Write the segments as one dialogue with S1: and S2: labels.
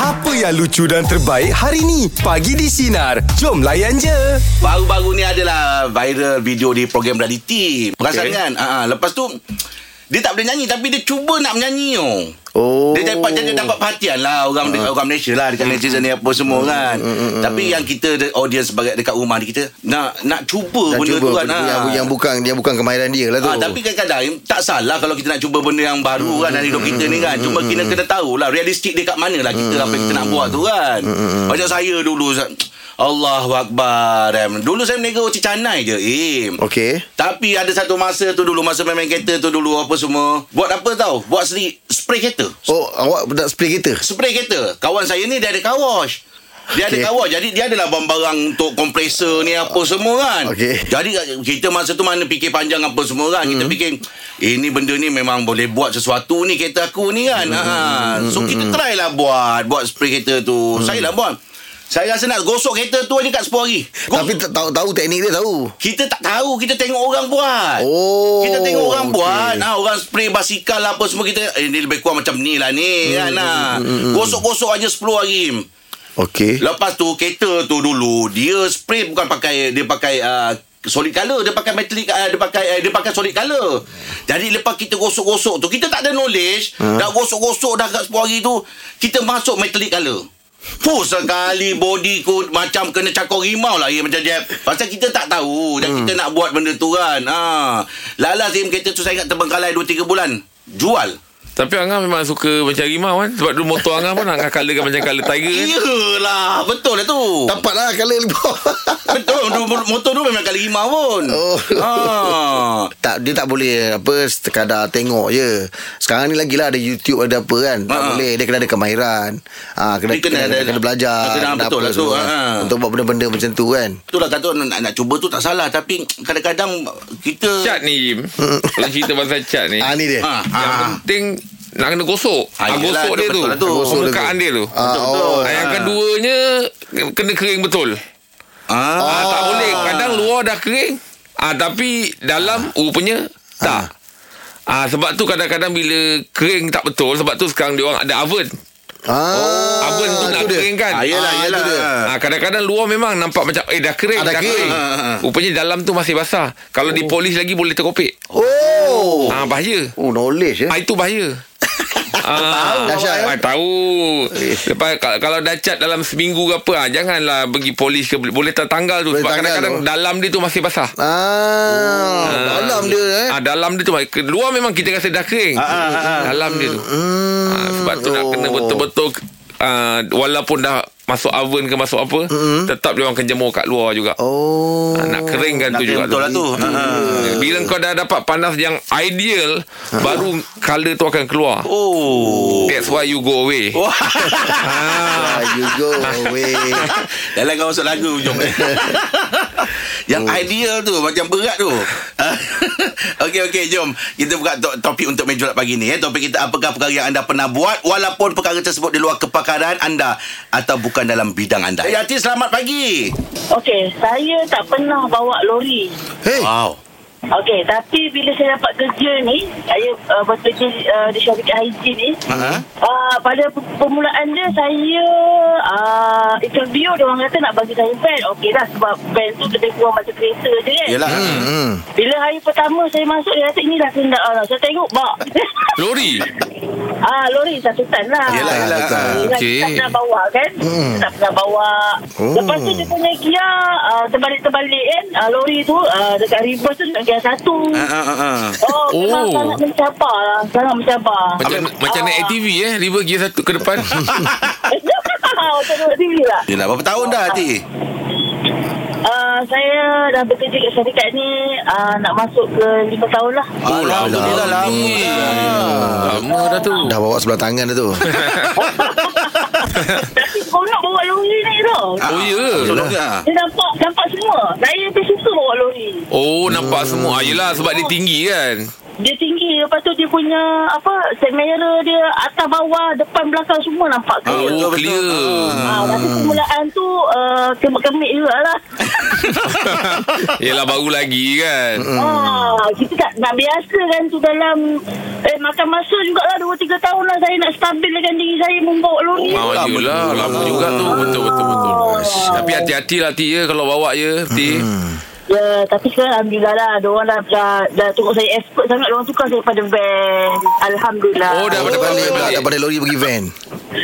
S1: Apa yang lucu dan terbaik hari ni? Pagi di Sinar. Jom layan je.
S2: Baru-baru ni adalah viral video di program reality. Perasan okay. kan? Ha, ha. lepas tu dia tak boleh nyanyi tapi dia cuba nak menyanyi oh.
S3: Oh. Ah. Hmm.
S2: Dia dapat dia dapat perhatian lah orang uh. orang Malaysia lah dekat netizen ni apa semua kan. Tapi yang kita the audience sebagai dekat rumah ni kita nak nak cuba
S3: Nak
S2: benda
S3: cuba
S2: tu kan.
S3: benda yang,
S2: ha.
S3: yang bukan yang bukan kemahiran dia lah tu.
S2: Ah, tapi kadang-kadang tak salah kalau kita nak cuba benda yang baru kan dalam hidup kita ni kan. Cuma kita kena tahulah realistik dia kat mana lah kita apa yang kita nak buat tu kan. Macam saya dulu Ustaz. Allahu Akbar. em. Dulu saya meniaga uci canai je. Im.
S3: Okey.
S2: Tapi ada satu masa tu dulu masa main-main kereta tu dulu apa semua. Buat apa tau? Buat sendiri spray kereta.
S3: Oh, awak nak spray kereta?
S2: Spray kereta. Kawan saya ni dia ada car wash. Dia ada
S3: Okey.
S2: car wash Jadi dia adalah barang-barang Untuk kompresor ni Apa semua kan
S3: Okey. Hmm.
S2: Jadi kita masa tu Mana fikir panjang Apa semua kan Kita fikir Ini benda ni memang Boleh buat sesuatu ni Kereta aku ni kan
S3: Hmm,
S2: ha. So kita try lah buat Buat spray kereta
S3: Hmm.
S2: tu Saya lah buat Saya rasa nak gosok kereta tu aja Kat 10 hari Gosok.
S3: Tapi tak tahu tahu teknik dia tahu.
S2: Kita tak tahu Kita tengok orang buat
S3: Oh,
S2: Kita tengok orang
S3: okey.
S2: okay. buat nah, Orang spray basikal lah Apa semua kita Eh ni lebih kurang macam ni lah ni hmm, kan, nah. Gosok-gosok aja 10 hari
S3: Okey.
S2: Lepas tu Kereta tu dulu Dia spray bukan pakai Dia pakai uh, solid color dia pakai metallic uh, dia pakai uh, dia pakai solid color jadi lepas kita gosok-gosok tu kita tak ada knowledge hmm. dah gosok-gosok dah kat 10 hari tu kita masuk metallic color Fuh sekali body ku macam kena cakor rimau lah ya, macam jap. Pasal kita tak tahu dan kita nak buat benda tu kan. Ha. Lala sim kereta tu saya ingat terbengkalai 2 3 bulan. Jual.
S4: Tapi Angah memang suka macam rimau kan Sebab dulu motor Angah pun Angah colourkan macam colour tiger kan
S2: Iyalah, betul lah tu.
S3: Dapat lah kala lebih.
S2: Betul tu motor tu memang kali rimau pun.
S3: Oh.
S2: Ha.
S3: tak dia tak boleh apa sekadar tengok je. Sekarang ni lagi lah ada YouTube ada apa kan. Tak
S2: Ha.
S3: boleh dia kena ada kemahiran. Ah kena
S2: Dia kena
S3: kena,
S2: ada-
S3: kena, kena belajar.
S2: kena betul
S3: apa
S2: lah tu,
S3: semua kan.
S2: ha.
S3: Untuk buat benda-benda macam tu kan.
S2: Itulah kata orang nak, nak cuba tu tak salah tapi kadang-kadang kita
S4: Cat ni Jim Kalau cerita pasal cat ni
S3: Ah ni dia.
S2: Ha. ha.
S4: Yang penting Nak kena gosok
S2: Ah,
S4: ah,
S2: yelah,
S4: Gosok
S2: tu
S4: dia tu,
S2: betul lah tu.
S3: Gosok dia tu.
S4: Permukaan dia tu
S3: Ah,
S2: Betul,
S3: oh.
S2: betul.
S4: Ah, Yang
S2: Ah.
S4: keduanya Kena kering betul
S2: Ah.
S4: ah, Tak boleh Kadang luar dah kering ah, Tapi dalam rupanya Tak ah. Sebab tu kadang-kadang bila kering tak betul Sebab tu sekarang dia orang ada oven
S2: Oh,
S3: Ah,
S4: Oven tu nak
S3: tu dia.
S4: kering kan
S2: Ah, yelah,
S3: Ah,
S2: yelah.
S3: tu dia.
S4: Ha, kadang-kadang luar memang nampak macam eh dah kering
S3: Ah, dah
S4: dah,
S3: kering.
S4: kering.
S2: Ah, ah, ah.
S4: Rupanya dalam tu masih basah. Kalau dipolis lagi boleh terkopek.
S3: Oh.
S4: Ah bahaya.
S3: Oh knowledge ya.
S4: Ah itu bahaya. Ah,
S3: Dahsyat, eh?
S4: ah, tahu. Lepas ka- kalau dah cat dalam seminggu ke apa, ah, janganlah pergi polis ke boleh tertanggal tu
S3: Boleh
S4: sebab
S3: tanggal
S4: kadang-kadang
S3: tu.
S4: dalam dia tu masih basah.
S3: Ah, dalam dia eh. Ah,
S4: Ah dalam dia tu ke- luar memang kita rasa dah kering. Dalam dia tu. Ah, sebab tu nak kena
S3: Oh.
S4: betul-betul ah, walaupun dah masuk oven ke masuk apa, tetap dia orang akan jemur kat luar juga.
S3: Oh.
S4: Ah, nak keringkan
S2: Nak
S4: tu Hmm.
S2: kena
S4: juga
S2: betul lah tu. Ha.
S4: Bila kau dah dapat panas yang ideal Baru colour tu akan keluar
S2: Ah. Oh.
S4: That's why you go away
S3: Ah, you go away.
S2: Dalam lah kau masuk lagu jom. Yang oh. ideal tu macam berat tu. okey okey jom kita buka to- topik untuk meja bulat pagi ni eh. Topik kita apakah perkara yang anda pernah buat walaupun perkara tersebut di luar kepakaran anda atau bukan dalam bidang anda. Eh, Yati selamat pagi.
S5: Okey, saya tak pernah bawa lori.
S3: Hey,
S2: Eh. Wow.
S5: Okey, tapi bila saya dapat kerja ni, saya uh, bekerja uh, di syarikat haji ni.
S2: Ha.
S5: Uh, pada pe- permulaan dia saya uh, interview dia orang kata nak bagi saya van. Okey lah sebab van tu lebih kurang macam kereta je kan.
S2: Yalah.
S3: hmm.
S5: Bila hari pertama saya masuk dia kata inilah kenderaan. lah." Saya tengok bak.
S4: Lori
S5: Ah lori satu tan lah.
S2: Yelah, yelah. Ah,
S3: betul.
S4: Okey.
S5: Okay. Tak pernah bawa kan
S3: Hmm.
S5: Tak pernah bawa
S3: Oh.
S5: Lepas tu dia punya gear uh, Terbalik-terbalik kan uh, Lori tu uh, Dekat reverse tu nak gear satu
S2: Ha ha
S3: Ah.
S2: ha, ha.
S5: Oh, memang
S4: Oh.
S5: sangat mencabar lah Sangat mencabar
S4: Macam, macam naik ATV eh River gear satu ke depan
S5: Macam duduk TV lah
S2: Yelah berapa tahun dah Yati?
S5: uh, Saya dah bekerja kat syarikat ni uh, Nak masuk ke 5 tahun lah
S3: Ah.
S4: Oh,
S2: Oh, Alhamdulillah lama dah.
S4: Lama dah tu
S3: Dah bawa sebelah tangan dia tu.
S5: Tapi seronok bawa lori ni tau
S3: Ah.
S4: Oh ya
S2: So, dah.
S5: Dia nampak nampak semua Saya lebih suka bawa lori
S4: Oh nampak semua ah, Yelah sebab dia tinggi kan
S5: Dia tinggi Lepas tu dia punya Apa Set mirror dia Atas bawah Depan belakang semua nampak
S4: Oh,
S5: clear
S2: betul, betul.
S4: clear.
S5: Ah,
S4: Hmm.
S5: masa permulaan tu uh, kemik-kemik juga lah.
S2: Ah.
S4: Yelah baru lagi kan.
S5: Ah, kita tak, tak biasa kan tu dalam eh, makan masa jugalah 2-3 tahun lah saya nak stabilkan diri saya membawa
S4: Ah,
S5: lori.
S2: Yelah,
S4: yelah,
S2: betul.
S4: lama juga tu. Betul, betul, betul.
S5: Ah.
S4: Tapi hati-hati lah T ya kalau bawa ya T.
S5: Ya, tapi sekarang Alhamdulillah lah. Diorang dah, dah, dah tengok saya expert sangat. Diorang tukar saya pada van. Alhamdulillah.
S4: Oh, dah
S3: Daripada,
S4: Boleh,
S3: daripada,
S4: boleh.
S3: daripada lori pergi van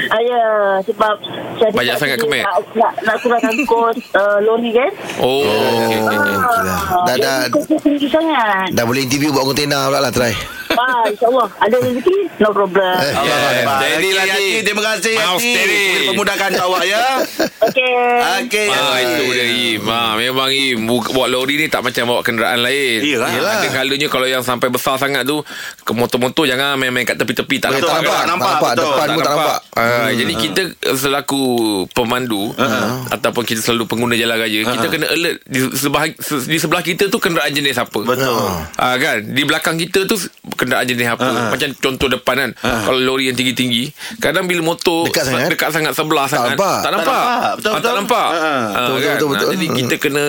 S5: Ah, ya, sebab saya
S4: Banyak
S5: cakap
S4: sangat
S5: tadi
S4: kemik.
S5: Nak, nak, nak kurangkan kos uh, lori kan.
S4: Oh, okey, okey, okey.
S3: Okeylah.
S5: Ah,
S3: Eh, Dah- dah-
S5: jadi Kos dia tinggi sangat.
S3: Dah boleh interview buat kontena pula lah try
S5: Ah, insyaAllah. Ada rezeki? No problem.
S3: Eh.
S4: Yes, steady lah, T.
S2: Terima kasih
S4: Mau
S2: Yati.
S4: steady.
S2: Boleh Memudahkan awak ya
S5: Okay.
S2: Okey
S4: Ah,
S2: Yati.
S4: itu dia Im ah, Memang Im Buka, Bawa lori ni tak macam bawa kenderaan lain
S2: Yelah.
S4: Yelah. Ada kalanya kalau yang sampai besar sangat tu ke Motor-motor jangan main-main kat tepi-tepi Tak
S2: Betul,
S4: nampak
S2: tak
S4: kan?
S2: nampak. betul.
S3: Depan
S4: Tak
S3: pun tak nampak Hmm.
S4: Ah, Jadi kita eh, selaku pemandu
S3: Ah.
S4: Ataupun kita selalu pengguna jalan raya Kita kena alert di sebelah, se- di sebelah kita tu kenderaan jenis apa
S2: Betul.
S4: Ah kan Di belakang kita tu Kenderaan jenis apa
S3: Ah.
S4: Macam contoh depan kan Kalau lori yang tinggi-tinggi Kadang bila motor
S3: Dekat sangat.
S4: Dekat sangat sebelah
S3: Tak
S4: sangat
S3: nampak.
S4: Tak
S2: Tak
S4: nampak
S2: nampak. Betul,
S4: Ah, Tak
S2: betul.
S4: nampak
S2: Ha, ha.
S4: Ah,
S3: Betul,
S4: kan?
S3: betul, betul,
S4: Ah, Jadi
S3: betul.
S4: kita kena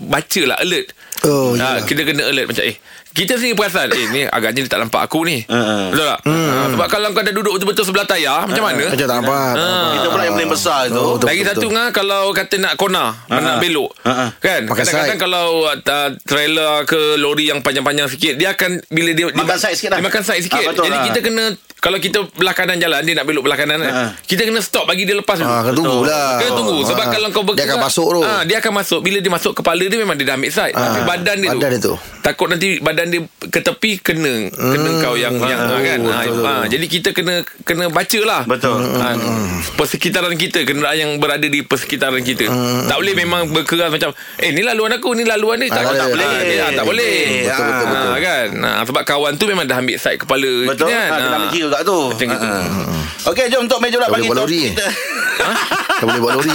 S4: Baca lah alert
S3: Oh,
S4: Ah,
S3: yelah.
S4: Kita kena alert macam Eh kita sendiri perasan Eh ni agaknya dia tak nampak aku ni
S2: ha.
S4: Betul tak Ah, Sebab kalau kau dah duduk betul-betul sebelah tayar Macam mana
S3: Macam tak nampak tak nampak.
S2: Kita pula yang paling besar Ah, tu Ah,
S3: Oh, betul,
S4: lagi
S3: betul,
S4: Ah. satu
S3: betul.
S4: ngah kalau kata nak kona, uh nak belok.
S2: Ha-ha.
S4: Kan?
S3: Pakai
S4: Kadang-kadang
S3: side.
S4: kalau uh, trailer ke lori yang panjang-panjang sikit, dia akan bila dia
S2: Makan
S4: dia,
S2: side sikit lah.
S4: Dia makan side sikit.
S2: Ah, betul
S4: Jadi
S2: lah. Ah,
S4: kita kena kalau kita belah kanan jalan dia nak belok belah kanan kan.
S2: Ha-ha.
S4: Kita kena stop bagi dia lepas dulu.
S3: Ah, kena tunggu lah.
S4: Kena tunggu sebab
S3: Ah.
S4: kalau kau bergerak
S3: Dia akan masuk tu.
S4: Ah, dia akan masuk. Bila dia masuk kepala dia memang dia dah ambil side. Tapi badan dia
S3: badan dia tu.
S4: Takut nanti badan dia ke tepi kena kena kau yang yang ah, kan. Ah, ah, jadi kita kena kena baca lah.
S2: Betul.
S4: Ah, persekitaran kita kenderaan yang berada di persekitaran kita tak boleh memang berkeras macam eh ni laluan aku ni laluan ni tak,
S3: Ah,
S4: tak,
S3: tak
S4: boleh
S2: boleh.
S4: Ah, tak boleh
S2: Betul, betul,
S4: Ah,
S2: betul.
S4: kan Ah, sebab kawan tu memang dah ambil side kepala
S2: Betul
S4: kan
S2: ha, Kena
S4: Ah.
S2: ambil kira kat tu
S4: Macam gitu.
S2: Ha, ha. Okey jom untuk meja pula
S3: Tak
S2: bagi
S3: boleh buat lori.
S2: kita
S3: Tak boleh buat lori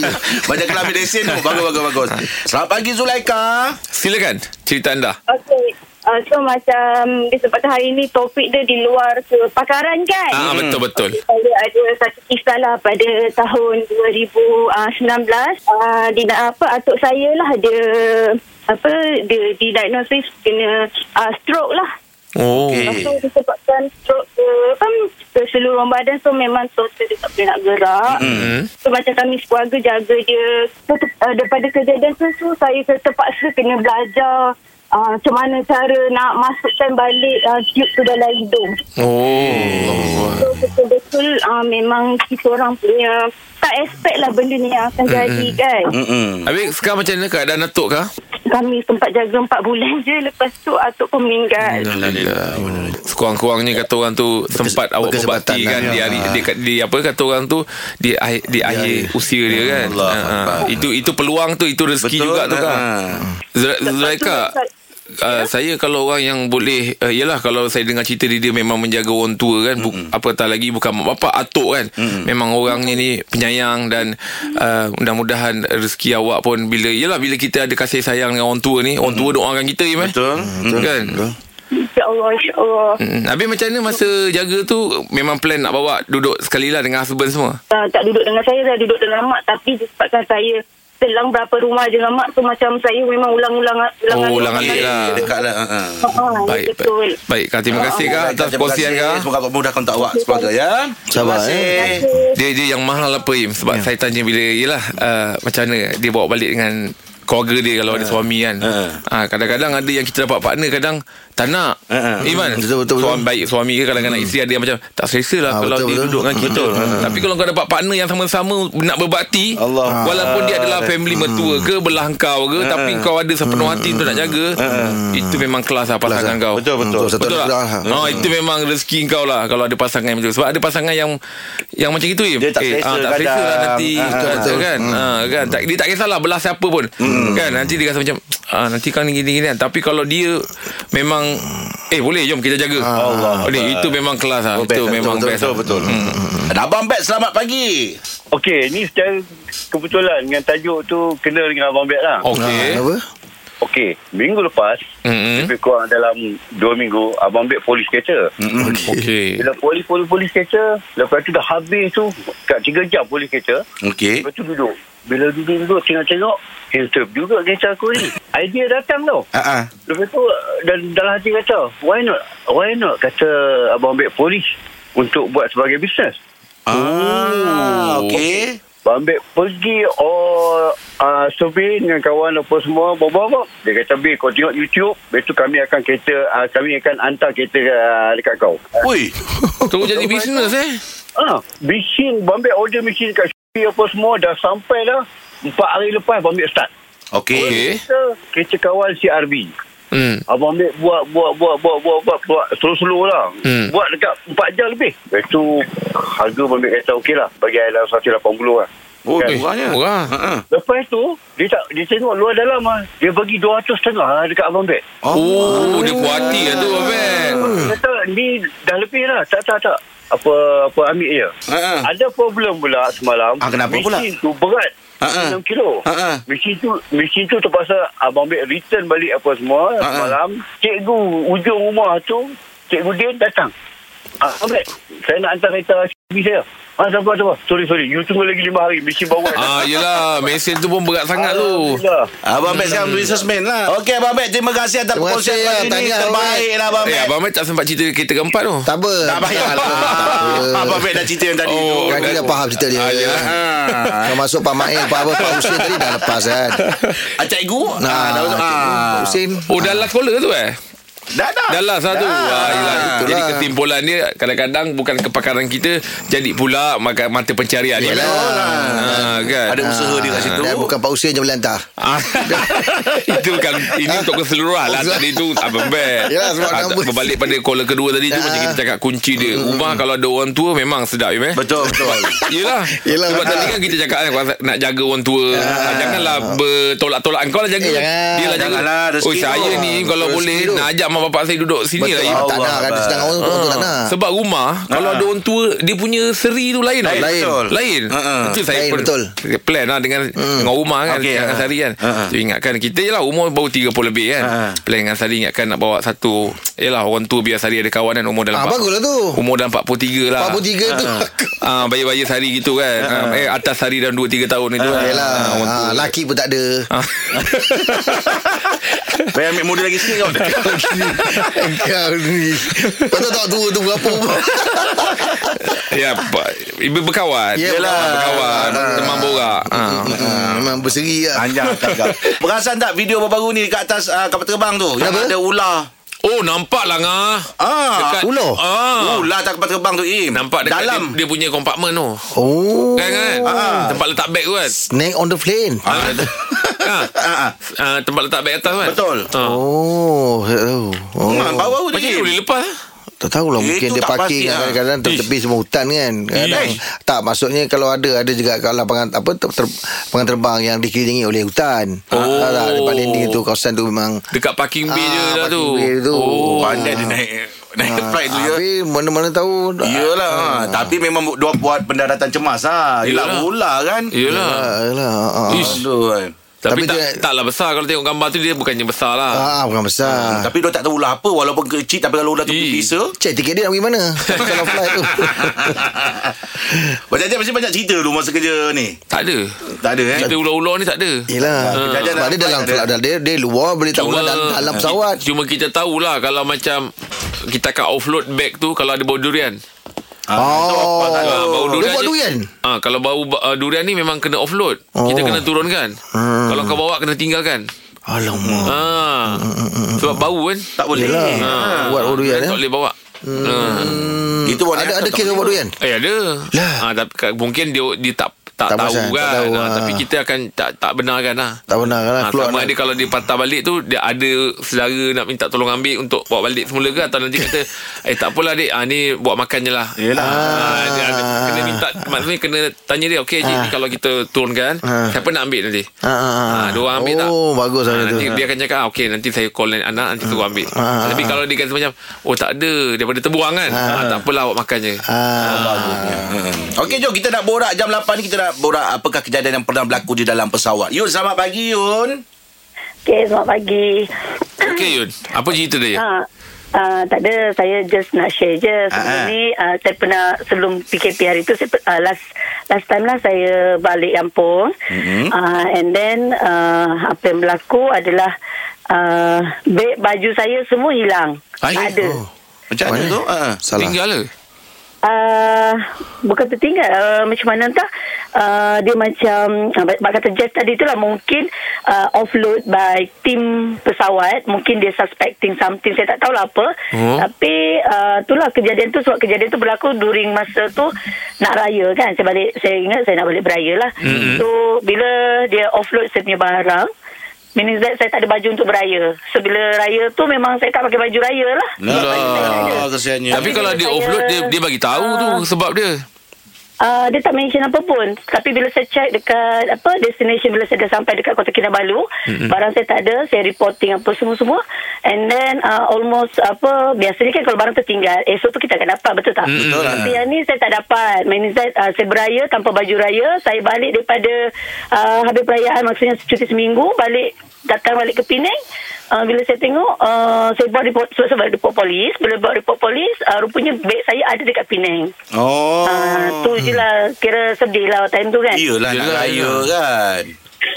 S2: Banyak kena ambil lesen tu Bagus bagus bagus Selamat pagi Zulaika
S4: silakan cerita anda
S5: Okay. Uh, so macam disebabkan hari ni topik dia di luar kepakaran kan?
S4: ah, betul betul
S5: Saya ada satu kisah lah pada tahun 2019. Uh, di apa atuk saya lah dia apa dia didiagnosis kena uh, stroke lah.
S4: oh
S5: Lepas tu disebabkan stroke ke kan ke seluruh badan so memang total dia tak boleh nak gerak.
S4: Mm-mm.
S5: So macam kami sekeluarga jaga dia. So, te- uh, daripada kejadian tu, tu saya ke- terpaksa kena belajar uh, macam mana cara nak masukkan balik uh, tube tu dalam hidung.
S4: oh
S5: So betul-betul uh, memang kita orang punya tak expect lah benda ni yang akan jadi kan.
S2: Mm-mm.
S4: Habis sekarang macam mana keadaan Datuk kah?
S5: Kami sempat jaga 4 bulan je lepas tu atuk pun meninggal.
S4: Hmm. Sekurang-kurangnya kata orang tu sempat awak
S3: berkesempatan
S4: berbakti
S3: lah.
S4: kan di hari di, di apa kata orang tu di akhir di akhir usia dia kan.
S2: Allah
S4: Ha, ha.
S2: Akbar.
S4: Itu itu peluang tu itu
S2: Betul
S4: rezeki juga tu kan. Zura- Zulaika
S5: Lepas tu,
S4: Uh, saya kalau orang yang boleh uh, Yelah kalau saya dengar cerita dia Dia memang menjaga orang tua kan bu- Apatah lagi bukan mak bapak Atuk kan Memang orangnya ni penyayang Dan uh, mudah-mudahan rezeki awak pun Bila Yelah bila kita ada kasih sayang dengan orang tua ni Orang tua doakan kita Im, eh?
S2: Betul.
S4: Betul kan Betul.
S5: InsyaAllah, insyaAllah.
S4: Mm, Habis macam mana masa jaga tu Memang plan nak bawa Duduk sekali lah dengan husband semua
S5: uh, tak duduk dengan saya saya duduk dengan mak tapi disebabkan saya selang berapa rumah dengan mak tu macam saya memang ulang-ulang ulangan
S4: Oh ulang alik lah
S2: Dekat lah ha, ha.
S5: Ah,
S4: Baik
S5: betul.
S4: baik, baik Kak, Terima kasih Kak
S2: Baik,
S4: Atas
S2: Ah, terima
S4: kongsian
S2: kasih.
S4: Kak
S2: Semoga Allah mudahkan untuk awak Sekeluarga ya
S3: Sabar,
S2: Terima
S3: eh.
S2: kasih.
S4: Dia dia yang mahal apa Im
S3: Ya.
S4: Sebab saya tanya bila Yelah uh, Macam mana Dia bawa balik dengan Keluarga dia Kalau
S3: Ha.
S4: ada suami kan
S2: Ah.
S4: Ah, Kadang-kadang ada yang kita dapat partner Kadang tak nak
S2: Ah, ah.
S4: Iman
S3: Ha, Betul, betul, betul. Hmm.
S4: Suami baik suami ke Kadang-kadang isteri ada yang macam Tak selesa lah
S3: Ah, betul,
S4: Kalau dia
S3: betul. ha,
S4: duduk dengan kita Tapi kalau kau dapat partner Yang sama-sama Nak berbakti
S2: Allah.
S4: Walaupun dia adalah
S3: Ah.
S4: Family mertua ke Belah kau
S3: Ha,
S4: ke Tapi kau ada sepenuh hati Untuk
S3: Hmm.
S4: nak jaga Itu memang kelas lah Pasangan kau
S2: Betul betul. lah. Hmm.
S3: Betul, satu
S4: Betul tak?
S3: dah.
S4: Ha, itu memang rezeki kau lah kalau ada pasangan macam tu. Sebab ada pasangan yang yang macam itu Im.
S2: Dia tak selesa
S4: ah, tak selesa
S2: kadang.
S4: lah nanti
S2: Ah,
S4: betul,
S2: betul. Hmm.
S4: kan. Ha, kan tak, dia tak kisahlah belah siapa pun. Kan nanti dia rasa macam ah, nanti kan gini gini kan. Tapi kalau dia memang eh boleh jom kita jaga.
S2: Allah.
S4: Oh, ni, itu memang kelas lah.
S2: Ah. Oh, Betul,
S4: Itu memang
S2: betul,
S4: best.
S2: Betul betul. Hmm. Ada abang Bet selamat pagi. Ah,
S6: Okey, ni secara kebetulan dengan tajuk tu kena dengan Abang Bet lah.
S4: Okey.
S3: Ah, Apa?
S6: Okey, minggu lepas
S4: Mm-mm.
S6: mm-hmm. lebih kurang dalam 2 minggu abang ambil polis kereta. Mm-hmm.
S4: Okey.
S6: Bila polis polis polis kereta, lepas tu dah habis tu kat 3 jam polis kereta.
S2: Okey.
S6: Lepas tu duduk. Bila duduk-duduk tengok-tengok, handsome juga kereta aku ni. Idea datang tau.
S2: Ha ah.
S6: Lepas tu dan dalam hati kata, why not? Why not kata abang ambil polis untuk buat sebagai bisnes.
S2: Ah, okey.
S6: Abang ambil pergi or uh, survey dengan kawan apa semua bawa-bawa. Dia kata, "Bil, kau tengok YouTube, besok kami akan kereta uh, kami akan hantar kereta uh, dekat kau."
S2: Oi.
S4: Terus jadi bisnes eh.
S6: Ah, mesin Bombay order mesin kat Shopee apa semua dah sampai dah. Empat hari lepas Bombay start.
S2: Okey.
S4: Okey.
S6: Kita, kereta kawal CRB.
S4: Hmm.
S6: Abang Mek buat buat buat buat buat buat buat slow-slow lah.
S4: Hmm.
S6: Hmm. Buat dekat 4 jam lebih. Lepas tu harga Abang Mek kata okey lah. Bagi saya dalam 180 lah.
S2: Oh,
S6: Kan?
S2: murahnya.
S4: Murah.
S2: Ha ah.
S6: Lepas tu dia tak dia tengok luar dalam ah. Dia bagi 200 setengah lah dekat Abang Mek.
S4: Oh, dia puas hati kan tu Abel.
S2: Hmm.
S6: Dia kata ni dah lebih lah. Tak tak tak. Apa apa ambil je.
S2: Ha ah.
S6: Ada problem pula semalam.
S2: Ah, kenapa pula?
S6: Mesin tu berat.
S2: Ah, ah.
S6: 6 kilo.
S2: Ah, ah.
S6: Mesin tu mesin tu terpaksa abang Bek return balik apa semua
S2: ah.
S6: semalam. Cikgu ujung rumah tu, cikgu dia datang. Ah, Abang Bek, saya nak hantar kereta CB saya. Ah, sabar, sabar. Sorry, sorry. You tunggu lagi 5 hari. Mesin bawa.
S4: Ah, yelah. Mesin tu pun berat sangat tu.
S6: Alhamdulillah.
S2: Abang Mat sekarang businessman lah. Okey Abang Mat, terima kasih atas
S3: Terima
S2: perkongsian
S3: kasih,
S2: pagi ni.
S3: tahniah, Abang Mat.
S2: Terbaiklah Abang
S4: Eh,
S2: Mat.
S4: Abang Mat tak sempat cerita kereta keempat tu.
S3: Tak apa.
S2: Tak payah lah.
S3: Tak apa.
S2: Abang Mat dah cerita yang tadi tu.
S4: Oh,
S3: Kaki dah faham cerita dia.
S4: Ah, yelah.
S3: Kau masuk Pak Mail, Pak apa, Pak Husin tadi dah lepas kan.
S2: Ah, cikgu?
S3: Nah,
S2: Ah, dah masuk.
S3: Pak
S2: Ah.
S3: Husin.
S4: Oh, dah last caller tu eh?
S2: Dah dah.
S4: Dah last lah tu. Ah, yelah.
S3: itulah.
S4: Jadi kesimpulan dia kadang-kadang bukan kepakaran kita jadi pula maka- mata pencarian. Yelah. Ah, kan?
S2: Ada usaha dia kat situ.
S3: Dan eh, bukan Pak Husin je boleh hantar.
S4: Ah, itu bukan ini untuk keseluruhan lah tadi tu apa best
S3: Yalah, sebab
S4: Ah,
S3: nombor-
S4: berbalik pada caller kedua tadi tu macam kita cakap kunci dia rumah kalau ada orang tua memang sedap ya eh?
S2: Betul, betul.
S4: Yelah.
S3: Yelah,
S4: Sebab
S3: betul.
S4: tadi kan kita cakap kan pasal nak jaga orang tua. Ah. Janganlah bertolak-tolak. Kau lah jaga.
S3: Eh, jangan.
S4: Dia lah jaga.
S2: Janganlah, rezeki
S4: oh, saya
S2: tu.
S4: ni kalau
S3: Rezeki
S4: boleh
S3: tu.
S4: nak ajak mak bapak saya duduk sini
S3: Betul.
S4: lah.
S3: Ah,
S4: Im.
S3: Tak nak kan.
S2: Allah.
S3: Sedang orang orang tu tak nak.
S4: Ah. Sebab rumah Kalau
S2: Ah.
S4: ada orang tua Dia punya seri tu lain
S2: Lain,
S4: tau.
S2: Lain. betul.
S4: Lain
S2: Ah, ah.
S4: Itu saya
S3: Lain,
S4: pun
S3: betul.
S4: Plan lah dengan Dengan rumah kan
S2: Okey,
S4: Dengan
S2: ah.
S4: Sari kan
S2: Ah, ah.
S4: Tu ingatkan Kita je lah umur baru 30 lebih kan
S2: Ah, ah.
S4: Plan dengan Sari ingatkan Nak bawa satu Yelah orang tua biar Sari ada kawan kan Umur dalam
S3: Ah,
S4: empat-
S3: baguslah tu.
S4: Umur dalam 43 lah
S3: 43 tu.
S4: Ah, bayi-bayi sehari gitu kan. Ah, eh atas hari dalam 2 3 tahun itu. kan.
S3: Yelah.
S4: Ah, orang
S3: Ah,
S4: tua.
S3: laki pun tak ada.
S4: Ah.
S2: Bayar ambil muda lagi sikit kau.
S3: Kau Ya, ni. Patut tak tua tu berapa pun.
S4: ya, apa- ibu berkawan.
S3: Ya, Yelah.
S4: berkawan, teman borak. Ah.
S3: Ah, Memang berseri lah.
S2: Anjang kau. Perasan tak video baru-baru ni dekat atas uh, kapal terbang tu? Yang
S3: Kenapa?
S2: ada ular.
S4: Oh, nampak lah ngah.
S2: Ah,
S4: Dekat
S3: ular?
S4: Ah.
S2: ular atas kapal terbang tu im.
S4: Nampak dekat
S2: dalam.
S4: Dia, dia punya kompartmen tu.
S3: Oh.
S4: Kan kan?
S2: Ah.
S4: Tempat letak beg tu kan.
S3: Snake on the plane.
S4: Ah. Ah.
S2: Ah, ah.
S4: Ah, tempat letak beg atas kan.
S2: Betul.
S4: Ah.
S3: Oh, hello. Oh.
S2: Ah, baru-baru
S4: Macam
S2: ni.
S4: mana boleh lepas?
S3: Tak tahulah
S2: Eh,
S3: mungkin
S2: tu
S3: dia
S2: tak
S3: parking
S2: pasti,
S3: kan,
S2: ah.
S3: kadang-kadang tepi semua hutan kan. Kadang,
S2: Ish.
S3: tak maksudnya kalau ada ada juga kat lapangan apa ter, ter, lapangan terbang yang dikelilingi oleh hutan.
S4: Oh.
S3: Tak tak lepas landing tu kawasan tu memang
S4: Dekat parking bay
S3: Ah,
S4: je dah tu.
S3: parking bay tu. Ah.
S4: Oh.
S2: Pandai dia naik naik flight tu ya.
S3: Tapi mana-mana tahu
S2: Iyalah. ha. Tapi memang dua buat pendaratan cemas ah. Yelah
S4: Yelah.
S2: ular kan.
S4: Yelah.
S3: Ah, Yalah. ah.
S4: Ish.
S2: Aduh. kan.
S4: Tapi,
S3: Tapi
S4: tak,
S3: dia-
S4: taklah besar Kalau tengok gambar tu Dia bukannya besar lah
S3: Ah, bukan besar.
S2: Tapi dia tak tahu ular apa walaupun kecil tapi kalau ular tu
S4: Ih.
S2: bisa.
S3: Cek tiket dia nak pergi mana Kalau flight tu
S2: Macam macam banyak cerita dulu masa kerja ni.
S4: Tak ada
S2: Tak ada eh.
S4: Kita ular-ular ni tak ada
S3: Yelah
S2: Ah.
S3: Sebab dia dalam flight dah- Dia, dia luar boleh tak ulang dalam, dalam pesawat
S4: Cuma kita tahulah Kalau macam Kita akan offload bag tu Kalau ada bau durian
S3: Oh
S4: Ah, bau
S3: Dia
S4: durian
S3: buat
S4: je-
S3: durian
S4: Ah, Kalau bau uh, durian ni Memang kena offload
S3: Oh. Hmm.
S4: Kita kena turunkan Kalau kau bawa Kena tinggalkan
S3: Alamak
S4: ah. Sebab bau kan
S2: Tak boleh.
S3: Yelah
S4: Ah.
S3: Buat bau durian
S4: Durian
S3: eh?
S4: Tak boleh bawa hmm.
S3: Hmm.
S2: Itu warna
S3: Ada
S2: atas
S3: ada
S2: tak
S3: kes buat durian
S4: Eh ada
S3: Lah.
S4: ah, tapi, ka- Mungkin dia, dia tak tak,
S3: Tak
S4: tahu
S3: perasan,
S4: kan
S3: tak tahu,
S4: Ah,
S3: ah.
S4: Tapi kita akan Tak, tak benarkan lah
S3: Tak benar kan
S4: Ha,
S3: Keluar
S4: sama ada kalau dia patah balik tu Dia ada saudara nak minta tolong ambil Untuk bawa balik semula ke Atau nanti kata Eh tak apalah adik ha, Ni buat makan je lah
S2: Yelah.
S4: ha, dia, ada- Kena minta Maksudnya kena tanya dia Okey cik ni kalau kita turunkan
S3: Ah.
S4: Siapa nak ambil nanti
S3: Ah, ah, ah.
S4: ha, Dia orang ambil tak
S3: Oh, bagus
S4: Ah,
S3: lah
S4: nanti
S3: tu.
S4: Dia akan cakap ah, Okey nanti saya call anak Nanti suruh ambil
S3: Ah, ah.
S4: Tapi kalau dia kata macam Oh tak ada Daripada terbuang kan ha, Tak apalah awak makan je
S3: Ah.
S2: Okey jom kita nak borak jam 8 ni kita nak borak apakah kejadian yang pernah berlaku di dalam pesawat. Yun selamat pagi Yun.
S5: Okey, selamat pagi.
S4: Okey Yun Apa cerita dia?
S5: Ha, uh, tak ada saya just nak share je sebelum
S2: Ah, ah.
S5: ni uh, saya pernah sebelum PKP hari tu saya uh, last last time lah saya balik kampung mm-hmm. uh, and then uh, apa yang berlaku adalah uh, beg baju saya semua hilang
S2: Ai.
S5: ada
S2: Oh. Macam mana tu? Ha.
S3: Salah.
S4: Tinggal ke?
S5: Uh, bukan tertinggal uh, macam mana entah uh, dia macam uh, bak kata Jess tadi itulah mungkin uh, offload by tim pesawat mungkin dia suspecting something saya tak tahulah apa
S4: Oh.
S5: oh. tapi uh, itulah kejadian tu sebab kejadian tu berlaku during masa tu nak raya kan saya balik saya ingat saya nak balik beraya lah mm-hmm. so bila dia offload saya punya barang Meaning that saya tak ada baju untuk beraya So bila raya tu Memang saya tak pakai baju raya lah
S3: Ah,
S2: Lah, kesiannya.
S4: Tapi kalau dia
S5: Saya-
S4: offload dia dia bagi tahu tu sebab dia.
S5: Uh, dia tak mention apa pun Tapi bila saya check dekat apa Destination bila saya dah sampai dekat Kota Kinabalu mm-hmm. Barang saya tak ada Saya reporting apa semua-semua And then uh, almost apa Biasanya kan kalau barang tertinggal Esok tu kita akan dapat betul tak?
S2: Betul lah.
S5: Tapi yang ni saya tak dapat Maksudnya saya, uh, saya beraya tanpa baju raya Saya balik daripada uh, Habis perayaan maksudnya cuti seminggu Balik datang balik ke Penang uh, Bila saya tengok uh, Saya buat report Sebab saya buat report polis Bila buat report polis uh, Rupanya beg saya ada dekat Penang
S2: Oh.
S5: Ah, tu je lah Kira sedih lah Time tu kan
S2: Iyalah nak
S4: Yelah,
S2: raya
S4: yelah.
S2: kan.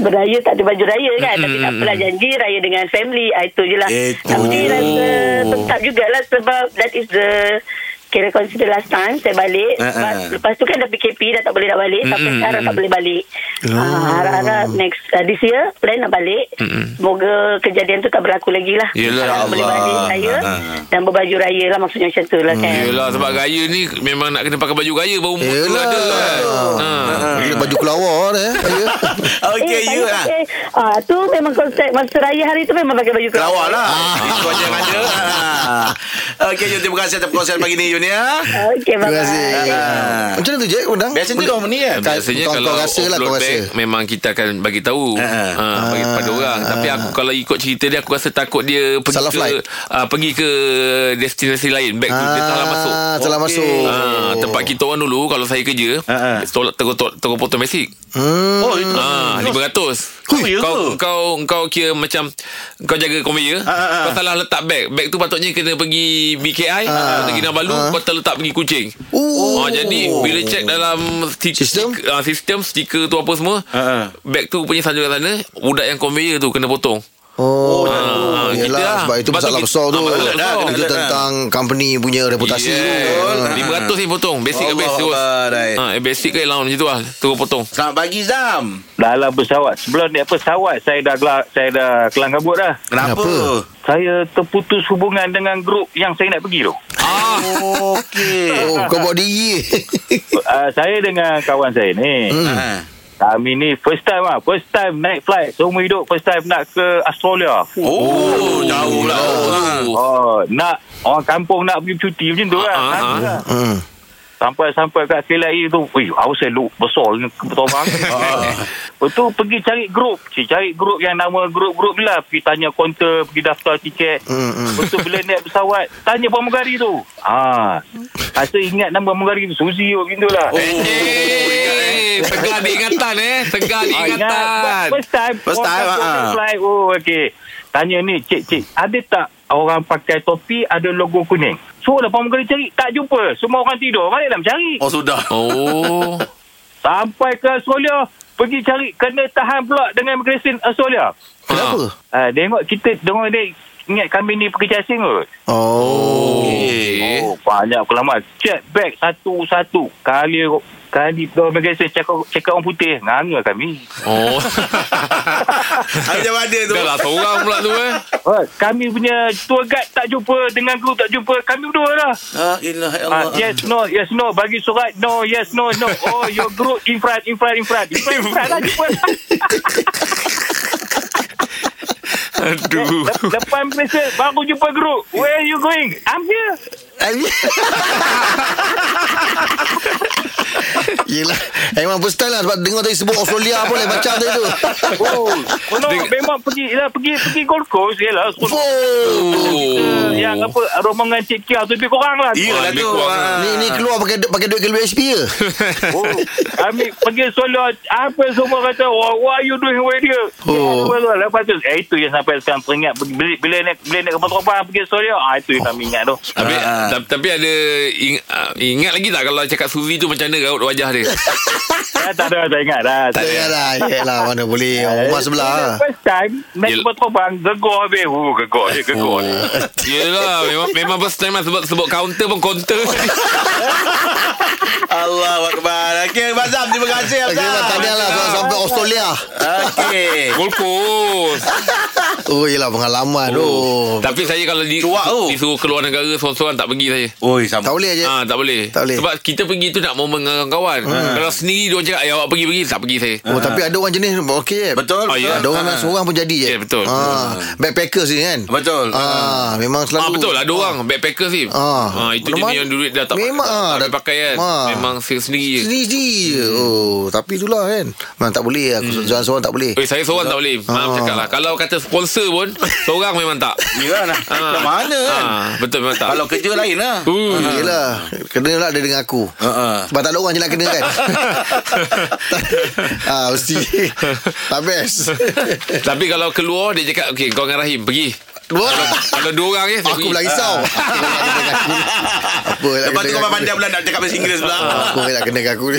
S5: Beraya tak ada baju raya kan Tapi tak apalah janji Raya dengan family ah, Itu je lah
S2: Hmm, Itu.
S5: Tapi rasa Tetap jugalah Sebab That is the Kira consider last time Saya balik
S2: Ah, Hmm, ah.
S5: Lepas, lepas tu kan dah PKP Dah tak boleh nak balik Tapi sekarang tak boleh balik
S2: Oh.
S5: Ah, Harap-harap Next ah, This year Plan nak balik
S2: Hmm,
S5: Semoga kejadian tu tak berlaku lagi lah
S4: Yelah,
S5: Harap boleh
S2: Allah.
S5: balik saya
S2: Ah, ah. Hmm.
S5: Dan berbaju raya lah Maksudnya macam tu lah kan
S4: Yelah sebab raya ni memang nak kena pakai baju raya baru mood tu
S3: Yelah. Eh,
S4: ada kan. Ha.
S3: Dia baju kelawar eh. Ya.
S2: Okey,
S5: Eh, saya
S2: you lah.
S5: pakai, ah, tu memang konsep masa raya hari tu memang pakai baju
S2: Kelawar lah. Itu aja yang ada. Ah. Okey, Yun. Terima kasih atas perkongsian pagi ni, Yun. Ya.
S5: Okey,
S3: Terima
S5: bye-bye.
S3: kasih.
S2: Ah.
S3: Macam mana tu Jack undang?
S2: Biasanya dah ni kan.
S3: Kan-
S4: Ha. Biasanya
S3: kau-
S4: kalau
S3: kau rasa lah, kau
S4: upload
S3: rasa. Ah.
S4: back, Memang kita akan bagi tahu
S2: Ha, ha.
S4: ha, bagi pada orang Tapi aku kalau ikut cerita dia Aku rasa takut dia pergi
S3: Salah
S4: ke
S3: flight.
S4: ah, Pergi ke destinasi lain Back to dia salah masuk
S3: Ah, Salah
S2: Okey.
S3: masuk.
S4: Ah, tempat kita orang dulu Kalau saya kerja
S2: Ha, ha.
S4: Tolak terus terus potong basic
S3: Hmm.
S2: Oh, itu.
S4: Ah,
S2: Terus.
S4: 500.
S2: Oh, ya ke?
S4: Kau kau kau kira macam kau jaga konveyor,
S2: ah, ah.
S4: kau salah letak beg. Beg tu patutnya kena pergi BKI, ah, pergi Kinabalu, kau terletak pergi Kuching.
S3: Oh.
S4: Ah, jadi bila check dalam sti-
S3: Sistem?
S4: stik- ah, sistem stiker tu apa semua,
S2: Ah, ah.
S4: beg tu punya sanjung kat sana, budak yang konveyor tu kena potong.
S3: Oh,
S4: Ah, kita lah.
S3: yelah, sebab itu
S4: Lepas tu
S3: masalah
S4: kita-
S3: besar tu.
S4: Ah, masalah
S2: besar.
S3: Itu
S2: Dah, dah,
S3: tentang company punya reputasi tu.
S4: Yeah. 500 ni potong Basic ke
S2: Allah
S4: base terus
S2: Akbar, right.
S4: ha, Basic ke allowance macam tu lah Terus potong
S2: Selamat pagi, Zam.
S6: Dalam pesawat Sebelum naik pesawat Saya dah gelak, saya dah kelang kabut dah
S2: Kenapa?
S3: Kenapa?
S6: Saya terputus hubungan dengan grup Yang saya nak pergi tu
S4: Ah,
S2: Okey.
S3: Oh, kau bawa diri.
S6: uh, Saya dengan kawan saya ni
S3: Hmm.
S2: Ah.
S6: Kami ni first time lah First time naik flight Seumur hidup first time nak ke Australia
S2: Oh, jauh lah.
S4: oh.
S6: Oh, nak orang kampung nak pergi cuti macam tu
S4: Ah,
S6: kan.
S4: ah,
S6: Nanti
S4: ah.
S6: lah.
S3: Hmm.
S6: Sampai-sampai kat KLIA tu, wih, haus saya look besar ni bertobang. Ah. Lepas tu pergi cari grup. Cik, cari grup yang nama grup-grup ni lah. Pergi tanya kaunter, pergi daftar tiket.
S3: Hmm, hmm.
S6: Lepas tu bila naik pesawat, tanya pramugari tu. Ah, Rasa ingat nama pramugari tu, Suzy kot macam tu lah.
S2: Oh.
S4: Eh, Segar di ingatan eh Segar di
S6: Ah,
S4: ingatan
S6: First time.
S2: First time,
S6: Orang
S2: ah.
S6: kampung naik flight. Oh, okey. Tanya ni, cik-cik, ada tak orang pakai topi ada logo kuning? So, lah pramugari cari, tak jumpa. Semua orang tidur. Baliklah mencari.
S2: Oh, sudah.
S4: Oh
S6: Sampai ke Australia, pergi cari, kena tahan pula dengan immigration Australia.
S3: Kenapa?
S6: Ah, tengok kita, dengar dia, ingat kami ni pekerja asing kot.
S3: Oh.
S4: Okay
S6: Oh, banyak kelamat. Check back satu-satu. Kali kali pegang immigration cakap cakap orang putih. Nganga kami.
S4: Oh
S2: Macam mana tu?
S4: Dah lah seorang pula tu eh
S6: Oh, kami punya tour guide tak jumpa dengan guru tak jumpa. Kami berdua lah.
S2: Ah, ilah, ya
S6: Ah,
S2: Allah.
S6: yes, no, yes, no. Bagi surat, no, yes, no, no. Oh, your group in front, in front, in front. In front, in front lah jumpa.
S4: Aduh
S6: Eh, Lep- Depan presen, baru jumpa group. Where
S3: Eh,
S6: you going? I'm here.
S3: Yelah Memang first time lah Sebab dengar tadi sebut Australia apa lain macam tadi tu
S6: Oh, kalau memang pergi lah pergi pergi Gold Coast je lah. So,
S4: Oh.
S6: yang apa rombongan Cik Kia tu lebih kurang lah.
S2: Yelah
S4: lebih
S2: tu
S4: kurang. eh.
S2: ah.
S3: Ni ni keluar pakai du- pakai duit keluar HP ke
S6: Oh, ambil pergi solo apa semua kata what, what are you doing with you
S3: Oh.
S6: oh. lepas tu eh itu yang sampai sekarang teringat bila bila nak bila nak kapal terbang pergi solo ah itu yang kami ingat tu
S4: Tapi,
S2: Ah.
S4: tapi, tapi ada ing, ah, ingat lagi tak kalau cakap Suzy tu macam mana raut wajah dia?
S6: ah, tak ada tak ingat dah
S3: Tak payah lah Yelah mana boleh Orang rumah sebelah ah.
S6: Eh, First time Naik
S4: Yelah.
S6: kapal terbang Gegor habis Huh gegor dia gegor
S2: Oh.
S6: dia
S4: Yelah memang, memang first time lah sebab, sebut counter pun counter.
S2: Allah Akbar Okey Abang Zam Terima kasih Abang
S3: Okay,
S2: Zam
S3: lah, tahniah lah sebab sampai Australia.
S2: Okey
S4: Gold Coast.
S3: Oh, yelah pengalaman. Oh.
S4: Oh. Tapi saya kalau di,
S2: Cuak tu.
S4: disuruh keluar negara seorang-seorang tak pergi saya.
S2: Oi
S3: Tak
S2: sama
S3: boleh je.
S4: Ah tak boleh.
S3: Tak boleh. Ah.
S4: Sebab kita pergi tu nak momen dengan kawan-kawan. Hmm. Kalau sendiri dia orang cakap, "Eh awak pergi pergi." Tak pergi saya.
S3: Oh, tapi ada orang jenis okey je.
S2: Betul, Ah.
S4: Oh, ya.
S3: Ada orang memang seorang pun jadi je.
S4: Ya, betul.
S3: Ah, backpackers ni kan.
S2: Betul.
S3: Ah, memang selalu.
S4: Ah betul lah ada orang backpacker sih.
S3: Ah.
S4: Ah, itu
S3: Memang-
S4: jenis yang duit dah tak
S3: memang, ah,
S4: tak,
S3: dah-
S4: tak pakai kan.
S3: Ah.
S4: Memang se- sendiri je.
S3: Sendiri je. Oh, tapi itulah kan. Memang tak boleh aku hmm. seorang tak boleh.
S4: Eh saya seorang tak boleh Maaf
S3: Ah.
S4: cakap lah Kalau kata sponsor pun Seorang memang tak
S2: Ya lah Macam mana kan
S4: Ah, Betul memang tak
S2: Kalau kerja lain lah
S4: uh.
S3: Yelah Kena lah dia dengan aku
S2: Ha-ha.
S3: Sebab tak ada orang je nak kena kan Ah, Mesti Tak best
S4: Tapi kalau keluar Dia cakap Okay kau dengan Rahim Pergi Kalau dua orang je saya
S3: Aku
S4: pergi.
S3: pula risau Apa
S2: Lepas tu
S3: nak kena
S2: kau
S3: dengan
S2: pandai
S3: aku
S2: pula Nak cakap bahasa Inggeris pula
S3: ni? Apa nak kena dengan aku ni